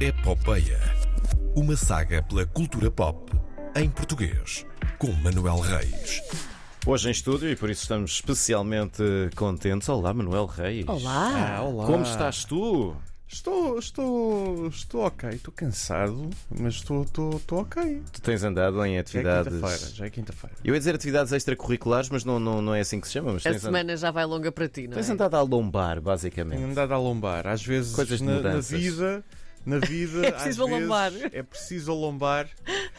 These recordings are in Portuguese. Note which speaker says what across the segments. Speaker 1: Epopeia. É Uma saga pela cultura pop em português, com Manuel Reis.
Speaker 2: Hoje em estúdio e por isso estamos especialmente contentes. Olá, Manuel Reis.
Speaker 3: Olá.
Speaker 4: Ah, olá.
Speaker 2: Como estás tu?
Speaker 4: Estou, estou, estou ok, estou cansado, mas estou, estou, estou ok.
Speaker 2: Tu tens andado em
Speaker 4: Já é
Speaker 2: atividades.
Speaker 4: quinta-feira, já é quinta-feira.
Speaker 2: Eu ia dizer atividades extracurriculares, mas não, não, não é assim que se chama. Mas
Speaker 3: A
Speaker 2: tens, and-
Speaker 3: semana já vai longa para ti, não é?
Speaker 2: tens andado a lombar,
Speaker 4: Tenho
Speaker 2: basicamente.
Speaker 4: andado a lombar, às vezes
Speaker 2: Coisas de
Speaker 4: na, na
Speaker 2: mudanças.
Speaker 4: vida, na vida.
Speaker 3: É preciso
Speaker 4: às vezes,
Speaker 3: alombar.
Speaker 4: É preciso alombar.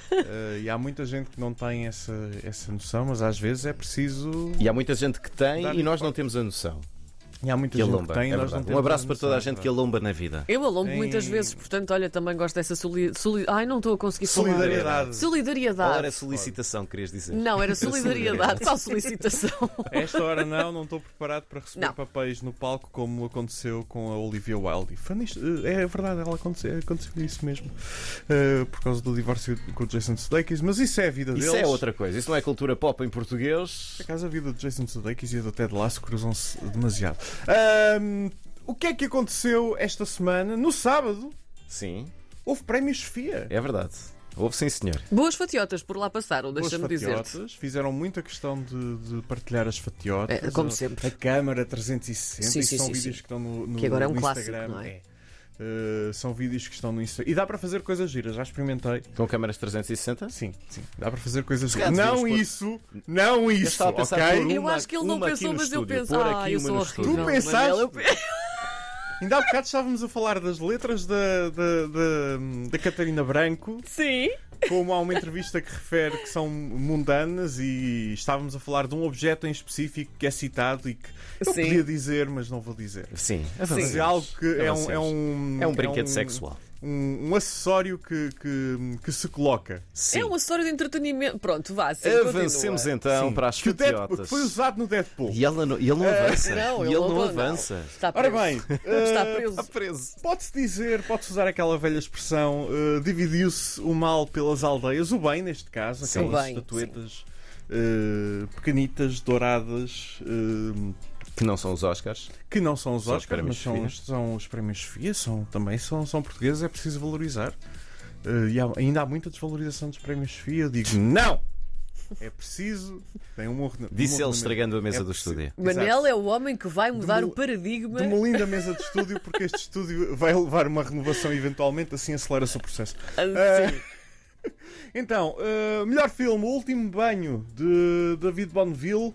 Speaker 4: eh, e há muita gente que não tem essa, essa noção, mas às vezes é preciso.
Speaker 2: E há muita gente que tem
Speaker 4: Dar-lhe
Speaker 2: e nós não temos a noção
Speaker 4: E há muita
Speaker 2: que
Speaker 4: gente
Speaker 2: alomba.
Speaker 4: que tem,
Speaker 2: É
Speaker 4: e nós não
Speaker 2: verdade.
Speaker 4: temos
Speaker 2: um abraço
Speaker 4: a
Speaker 2: para
Speaker 4: noção,
Speaker 2: toda a
Speaker 4: é
Speaker 2: gente que
Speaker 4: verdade.
Speaker 2: alomba na vida.
Speaker 3: Eu alongo
Speaker 4: Tem-
Speaker 3: muitas vezes, portanto, olha, também gosto dessa solidariedade. Ai, não estou a conseguir falar.
Speaker 4: Solidariedade.
Speaker 2: Qual era a
Speaker 3: Solidariedade.
Speaker 2: solicitação, querias dizer?
Speaker 3: Não, era solidariedade, só solicitação.
Speaker 4: A esta hora não, não estou preparado para receber
Speaker 3: Não.
Speaker 4: papéis no palco como aconteceu com a Olivia Wilde. E Foi nisto, eh, é verdade, ela aconteceu, aconteceu isso mesmo. Eh, por causa do divórcio com o Jason Sudeikis, mas isso é a vida
Speaker 2: Isso
Speaker 4: deles.
Speaker 2: é outra coisa. Isso não é cultura pop em português.
Speaker 4: Por acaso a vida do Jason Sudeikis e a do Ted Lasso cruzam-se demasiado. Ahm, o que é que aconteceu esta semana? No sábado
Speaker 2: Sim,
Speaker 4: houve Prémio Sofia.
Speaker 2: é verdade. Houve sim, senhor.
Speaker 3: Boas fatiotas por lá passaram,
Speaker 4: Boas
Speaker 3: deixa-me dizer-te.
Speaker 4: fatiotas, Fizeram muita questão de, de partilhar as fatiotas.
Speaker 3: É, como
Speaker 4: A-
Speaker 3: sempre.
Speaker 4: A câmara 360.
Speaker 3: Sim,
Speaker 4: isso
Speaker 3: sim,
Speaker 4: são
Speaker 3: sim,
Speaker 4: vídeos
Speaker 3: sim.
Speaker 4: que estão no, no
Speaker 3: Que agora é
Speaker 4: no
Speaker 3: um clássico,
Speaker 4: Instagram.
Speaker 3: não é?
Speaker 4: É. Uh, são vídeos que estão no Instagram. E dá para fazer coisas giras, já experimentei.
Speaker 2: Com câmaras 360?
Speaker 4: Sim, sim. Dá para fazer coisas
Speaker 2: calhar
Speaker 4: giras. Não
Speaker 2: devíamos pôr-
Speaker 4: isso, não isso,
Speaker 2: estava a pensar pôr
Speaker 4: ok?
Speaker 2: um-
Speaker 3: Eu
Speaker 2: Uma-
Speaker 3: acho que ele não
Speaker 2: uma aqui
Speaker 3: pensou,
Speaker 2: no
Speaker 3: mas eu
Speaker 2: estúdio,
Speaker 3: penso.
Speaker 2: pôr aqui
Speaker 3: Ah, eu
Speaker 2: uma
Speaker 3: sou
Speaker 2: no
Speaker 3: horrível.
Speaker 2: estúdio.
Speaker 4: Tu pensaste?
Speaker 3: Manel, eu penso.
Speaker 4: Ainda há bocado estávamos a falar das letras da, da, da, da Catarina Branco.
Speaker 3: Sim.
Speaker 4: como há uma entrevista que refere que são mundanas e estávamos a falar de um objeto em específico que é citado e que eu
Speaker 3: Sim.
Speaker 4: podia dizer, mas não vou dizer.
Speaker 2: Sim,
Speaker 4: Mas é algo que é um,
Speaker 2: Avancemos.
Speaker 4: é um,
Speaker 2: É um brinquedo
Speaker 4: é um-
Speaker 2: sexual.
Speaker 4: Um, um acessório que, que, que se coloca.
Speaker 2: Sim.
Speaker 3: É uma história de entretenimento. Pronto, vá, sim,
Speaker 2: Avancemos
Speaker 3: continua.
Speaker 2: então para as
Speaker 4: que, o Deadpool, que
Speaker 2: fatiotas.
Speaker 4: foi usado no Deadpool.
Speaker 2: E ela não, e ele não avança.
Speaker 3: Não,
Speaker 2: e
Speaker 3: ele
Speaker 2: ele não
Speaker 3: não-
Speaker 2: avança.
Speaker 3: Está
Speaker 4: Ora
Speaker 3: preso.
Speaker 4: bem,
Speaker 3: Está
Speaker 4: eh,
Speaker 3: preso.
Speaker 2: preso.
Speaker 4: Pode-se dizer, pode-se usar aquela velha expressão, eh, dividiu-se o mal pelas aldeias, o bem neste caso,
Speaker 2: Sim.
Speaker 4: aquelas
Speaker 3: O bem,
Speaker 4: estatuetas eh, pequenitas, douradas, eh,
Speaker 2: Que não são os Oscars.
Speaker 4: que não são os
Speaker 2: São os
Speaker 4: Oscars,
Speaker 2: prémios
Speaker 4: mas são,
Speaker 2: Sofia.
Speaker 4: são os prémios Sofia, são, também são, são portugueses, é preciso valorizar. Eh, e há- ainda há muita desvalorização dos prémios Sofia, eu digo não! É preciso. Tem um honra- um
Speaker 2: Disse ele
Speaker 4: honramento.
Speaker 2: estragando a mesa
Speaker 4: É
Speaker 2: do
Speaker 4: preciso.
Speaker 2: estúdio.
Speaker 3: Manel é o homem que vai mudar
Speaker 4: Demol-
Speaker 3: o paradigma.
Speaker 4: de uma linda mesa de estúdio, porque este estúdio vai levar uma renovação eventualmente, assim acelera-se o processo.
Speaker 2: Eh.
Speaker 3: Ah, sim.
Speaker 4: Então, eh, melhor filme, O Último Banho, de David Bonneville,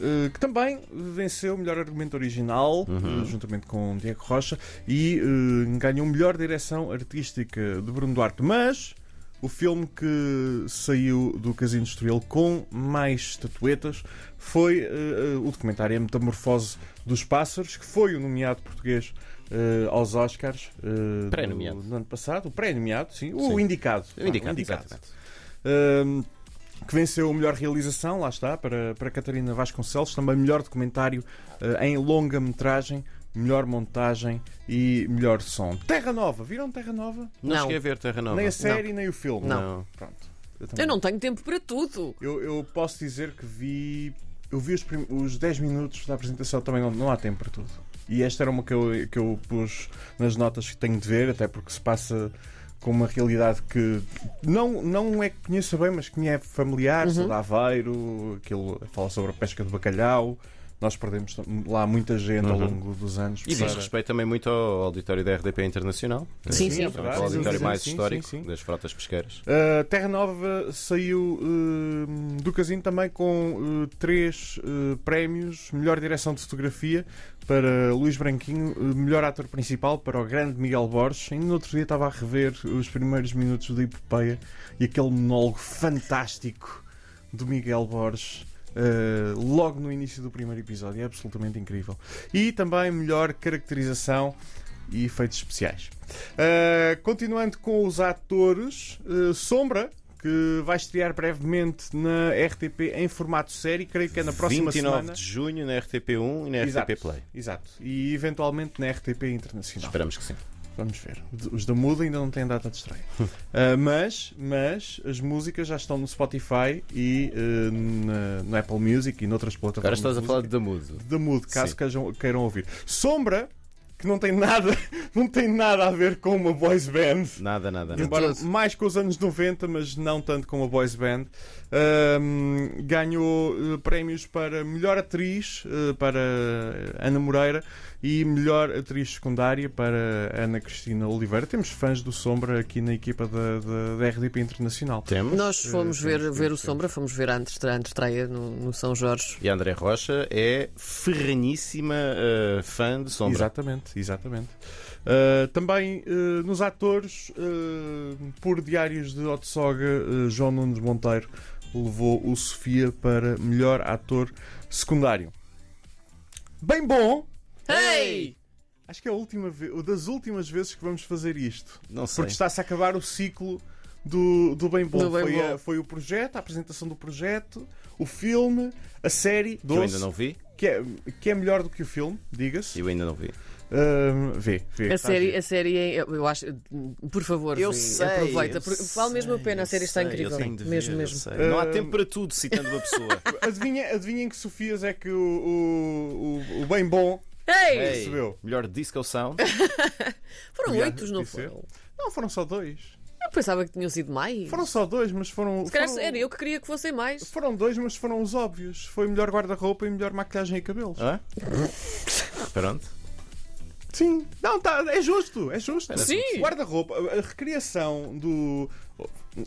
Speaker 4: eh, que também venceu o melhor argumento original,
Speaker 2: Uhum.
Speaker 4: eh, juntamente com Diego Rocha, e eh, ganhou melhor direção artística de Bruno Duarte. Mas o filme que saiu do Casino de Estoril com mais estatuetas foi eh, eh, o documentário A Metamorfose dos Pássaros, que foi o nomeado português eh, aos Oscars eh,
Speaker 2: Pré-nomeado.
Speaker 4: do- no ano passado, o pré-nomeado, sim, o
Speaker 2: Sim.
Speaker 4: indicado.
Speaker 2: O indicado,
Speaker 4: Ah,
Speaker 2: exatamente.
Speaker 4: Hum, que venceu a melhor realização, lá está, para, para Catarina Vasconcelos, também melhor documentário eh, em longa-metragem, melhor montagem e melhor som. Terra Nova, viram Terra Nova?
Speaker 2: Não,
Speaker 3: Não.
Speaker 2: cheguei a ver Terra Nova.
Speaker 4: nem a série, nem o filme.
Speaker 2: Não.
Speaker 4: Pronto.
Speaker 3: Eu
Speaker 4: também
Speaker 3: não tenho tempo para tudo.
Speaker 4: eu, eu posso dizer que vi. Eu vi os, prim- os 10 minutos da apresentação, também não, não há tempo para tudo. E esta era uma que eu, que eu pus nas notas que tenho de ver, até porque se passa com uma realidade que não, não é que conheça bem, mas que me é familiar, sou de Aveiro, aquilo fala sobre a pesca de bacalhau. Nós perdemos tam- lá muita gente ao
Speaker 2: Uhum.
Speaker 4: longo dos anos.
Speaker 2: E diz
Speaker 4: para-
Speaker 2: respeito também muito ao auditório da RDP Internacional.
Speaker 3: Sim,
Speaker 2: Eh,
Speaker 3: sim.
Speaker 4: é
Speaker 2: também
Speaker 4: verdade.
Speaker 2: o auditório mais
Speaker 4: Sim, sim,
Speaker 2: histórico
Speaker 4: sim, sim.
Speaker 2: das frotas pesqueiras.
Speaker 4: Uh, Terra Nova saiu uh, do casino também com uh, três uh, prémios: melhor direção de fotografia para Luís Branquinho, uh, melhor ator principal para o grande Miguel Borges. Ainda no outro dia estava a rever os primeiros minutos da Epopeia e aquele monólogo fantástico do Miguel Borges. uh, logo no início do primeiro episódio, é absolutamente incrível. E também melhor caracterização e efeitos especiais. Uh, continuando com os atores, uh, Sombra, que vai estrear brevemente na RTP em formato série, creio que é na próxima
Speaker 2: 29
Speaker 4: semana.
Speaker 2: de junho na RTP1 e na
Speaker 4: Exato.
Speaker 2: RTP Play.
Speaker 4: Exato. E eventualmente na RTP Internacional.
Speaker 2: Esperamos que sim.
Speaker 4: Vamos ver. Os da Muda ainda não têm data de estreia. Uh, mas, mas as músicas já estão no Spotify e uh, na- no Apple Music e noutras plataformas.
Speaker 2: Agora estás a
Speaker 4: de
Speaker 2: falar
Speaker 4: música.
Speaker 2: de Damudo.
Speaker 4: da Mood, caso
Speaker 2: Sim.
Speaker 4: queijam- queiram ouvir. Sombra que não tem nada, não tem nada a ver com uma boys band.
Speaker 2: Nada, nada, né? nada.
Speaker 4: Embora
Speaker 3: todo.
Speaker 4: mais com os anos 90, mas não tanto com a boys band. Ahm, ganhou eh, prémios para melhor atriz eh, para Ana Moreira e melhor atriz secundária para Ana Cristina Oliveira. Temos fãs do Sombra aqui na equipa da, da- da RDP Internacional.
Speaker 2: Temos.
Speaker 3: Nós fomos
Speaker 4: Eh, sim,
Speaker 3: ver,
Speaker 4: sim,
Speaker 3: ver o
Speaker 4: sim.
Speaker 3: Sombra, fomos ver a antes- a antestreia no, no São Jorge.
Speaker 2: E a André Rocha é ferrenhíssima eh, fã de Sombra.
Speaker 4: Exatamente, exatamente. Uh, também uh, nos atores, uh, por Diários de Otsoga, uh, João Nunes Monteiro levou o Sofia para melhor ator secundário. Bem bom!
Speaker 3: Hey!
Speaker 4: Acho que é a última vez, ou das últimas vezes que vamos fazer isto.
Speaker 2: Não sei.
Speaker 4: Porque está-se a acabar o ciclo do, do Bem Bom.
Speaker 3: Do Bem
Speaker 4: foi,
Speaker 3: Bom.
Speaker 4: a- foi o projeto, a apresentação do projeto, o filme, a série,
Speaker 2: Eu ainda
Speaker 4: 12,
Speaker 2: não vi.
Speaker 4: que, é, que é melhor do que o filme, diga-se.
Speaker 2: Eu ainda não vi.
Speaker 4: Ahm, vê, vê.
Speaker 3: A
Speaker 4: está
Speaker 3: série,
Speaker 4: giro.
Speaker 3: a série é, eu eu acho, por favor,
Speaker 2: Eu
Speaker 3: Rui,
Speaker 2: sei.
Speaker 3: aproveita.
Speaker 2: eu
Speaker 3: porque vale mesmo a
Speaker 2: sei,
Speaker 3: pena, a
Speaker 2: eu
Speaker 3: série está
Speaker 2: sei,
Speaker 3: incrível. é?
Speaker 2: eu tenho de ver,
Speaker 3: mesmo,
Speaker 2: eu
Speaker 3: mesmo.
Speaker 2: sei. Não há
Speaker 4: Ah,
Speaker 2: tempo para tudo, citando uma pessoa.
Speaker 4: Adivinha, adivinhem que Sofias é que o, o, o- o bem bom
Speaker 3: Hey!
Speaker 2: Ei,
Speaker 4: Percebeu.
Speaker 2: melhor disco é sound.
Speaker 3: Foram
Speaker 4: Aliás,
Speaker 3: oito, não
Speaker 4: disse eu.
Speaker 3: foram?
Speaker 4: Não, foram só dois.
Speaker 3: Eu pensava que tinham sido mais.
Speaker 4: Foram só dois, mas foram.
Speaker 3: Se calhar
Speaker 4: foram,
Speaker 3: era eu que queria que fossem mais.
Speaker 4: foram dois, mas foram os óbvios. Foi melhor guarda-roupa e melhor maquilhagem e cabelos.
Speaker 2: Hã? Pronto.
Speaker 4: Sim. Não, tá, é justo, é justo.
Speaker 3: Sim.
Speaker 4: Guarda-roupa, a a recriação do.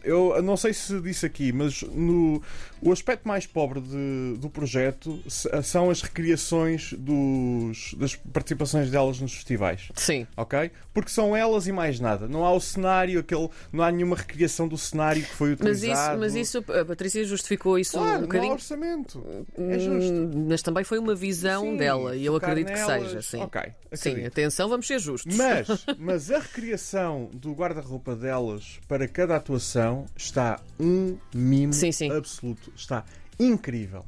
Speaker 4: Eu não sei se disse aqui, mas no, o aspecto mais pobre de- do projeto se- são as recriações dos, das participações delas nos festivais.
Speaker 3: Sim.
Speaker 4: ok? Porque são elas e mais nada. Não há o cenário, aquele, não há nenhuma recriação do cenário que foi
Speaker 3: Mas
Speaker 4: utilizado.
Speaker 3: isso, mas isso, a Patrícia justificou isso
Speaker 4: claro,
Speaker 3: um
Speaker 4: não há
Speaker 3: bocadinho.
Speaker 4: orçamento. É justo.
Speaker 3: Hum, Mas também foi uma visão
Speaker 4: Sim,
Speaker 3: dela e eu
Speaker 4: focar
Speaker 3: acredito que
Speaker 4: nelas.
Speaker 3: seja, sim.
Speaker 4: Ok,
Speaker 3: Sim,
Speaker 4: acredito.
Speaker 3: atenção, vamos ser justos.
Speaker 4: Mas, mas a recriação do guarda-roupa delas para cada atuação está um mimo
Speaker 3: Sim, sim.
Speaker 4: absoluto. Está incrível.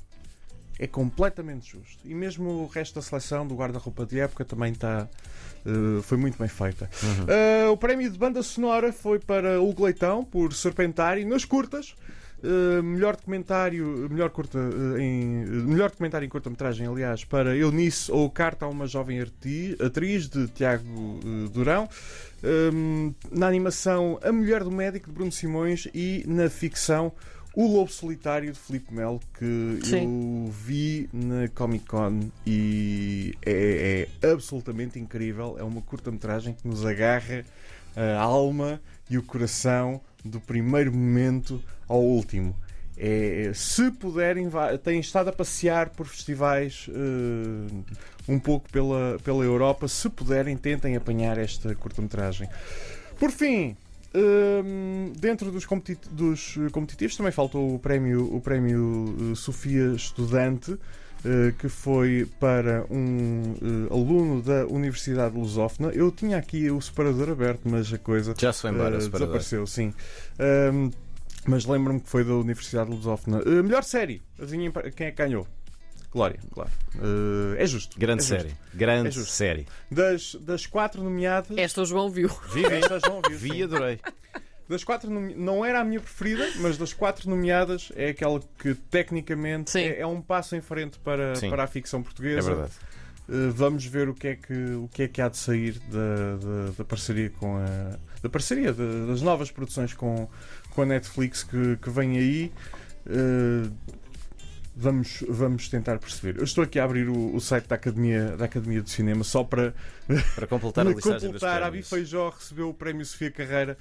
Speaker 4: É completamente justo. E mesmo o resto da seleção do guarda-roupa de época também está. eh, foi muito bem feita. Eh, o prémio de banda sonora foi para Hugo Leitão por Serpentário nas curtas. Eh, melhor documentário, melhor curta eh, em eh, melhor documentário em curta-metragem, aliás, para Eunice ou Carta a uma jovem arti- atriz de Tiago eh, Durão. Hum, na animação A Mulher do Médico de Bruno Simões e na ficção O Lobo Solitário de Filipe Melo, que eu vi na Comic Con e é, é absolutamente incrível. É uma curta-metragem que nos agarra eh, a alma e o coração do primeiro momento ao último. É, se puderem, vá- têm estado a passear por festivais eh, um pouco pela, pela Europa. Se puderem, tentem apanhar esta curta-metragem. Por fim, hum, dentro dos, competi- dos, eh, competitivos também faltou o prémio, o prémio eh, Sofia Estudante, eh, que foi para um eh, aluno da Universidade de Lusófona. Eu tinha aqui o separador aberto, mas a coisa
Speaker 2: Já se foi embora,
Speaker 4: eh,
Speaker 2: o separador.
Speaker 4: desapareceu, sim. Hum, mas lembro-me que foi da Universidade de Lusófona. Eh, melhor série, adivinhem para- quem é que ganhou? Glória, claro. Eh, é justo.
Speaker 2: Grande
Speaker 4: é justo.
Speaker 2: série. Grande
Speaker 4: É justo.
Speaker 2: série.
Speaker 4: Das, das quatro nomeadas.
Speaker 3: Esta o João viu.
Speaker 2: Vi, vi.
Speaker 4: Estas vão ouvir,
Speaker 2: É. Vi
Speaker 4: sim.
Speaker 2: e adorei.
Speaker 4: Das quatro nome- não era a minha preferida, mas das quatro nomeadas é aquela que tecnicamente
Speaker 3: Sim.
Speaker 4: é, é um passo em frente para,
Speaker 2: Sim.
Speaker 4: para a ficção
Speaker 2: É
Speaker 4: portuguesa.
Speaker 2: verdade.
Speaker 4: Uh, vamos ver o que é que, o que, é que há de sair da, da, da parceria com a. Da parceria, da- das novas produções com, com a Netflix que, que vem aí. Uh, vamos, vamos tentar perceber. Eu estou aqui a abrir o, o site da Academia, da Academia de Cinema só para
Speaker 2: Para completar a
Speaker 4: Me
Speaker 2: listagem dos
Speaker 4: completar, a Abi
Speaker 2: prémios.
Speaker 4: Feijó recebeu o Prémio Sofia Carreira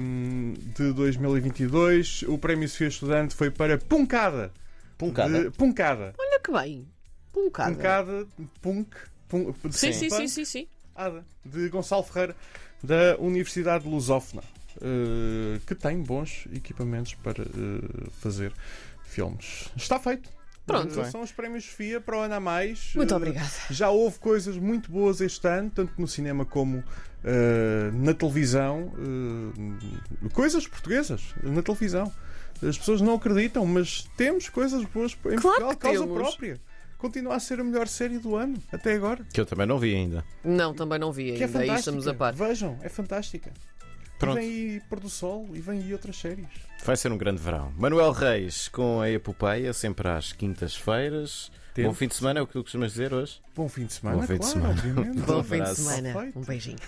Speaker 4: hum, de 2022. O Prémio Sofia Estudante foi para Puncada.
Speaker 2: Puncada.
Speaker 4: De- Puncada.
Speaker 3: Olha É que bem. Um bocado.
Speaker 4: Puncada, Punk. pun- de
Speaker 3: Sim, sim,
Speaker 4: Punk,
Speaker 3: sim, sim, sim.
Speaker 4: Ada, de Gonçalo Ferreira, da Universidade de Lusófona, eh, que tem bons equipamentos para eh, fazer filmes. Está feito.
Speaker 3: Pronto.
Speaker 4: Eh, São os prémios Sofia para o Ana Mais.
Speaker 3: Muito
Speaker 4: Eh,
Speaker 3: obrigada.
Speaker 4: já houve coisas muito boas este ano, tanto no cinema como eh, na televisão. eh, coisas portuguesas na televisão. As pessoas não acreditam, mas temos coisas boas em Portugal,
Speaker 3: que
Speaker 4: causa
Speaker 3: temos.
Speaker 4: própria. Continua a ser a melhor série do ano, até agora.
Speaker 2: Que eu também não vi ainda.
Speaker 3: Não, também não vi
Speaker 4: Que
Speaker 3: ainda.
Speaker 4: é
Speaker 3: Aí
Speaker 4: fantástica.
Speaker 3: estamos a par.
Speaker 4: Vejam, é fantástica.
Speaker 2: Pronto.
Speaker 4: E vem aí Pôr do Sol e vem aí outras séries.
Speaker 2: Vai ser um grande verão. Manuel Reis com a Epopeia, sempre às quintas-feiras.
Speaker 4: Temos.
Speaker 2: Bom fim de semana, é o que tu costumas dizer hoje?
Speaker 4: Bom fim de semana,
Speaker 2: Bom fim de
Speaker 4: claro,
Speaker 2: semana.
Speaker 4: obviamente.
Speaker 2: Bom
Speaker 3: Bom fim de
Speaker 2: abraço.
Speaker 3: semana.
Speaker 4: Perfeito.
Speaker 3: Um beijinho.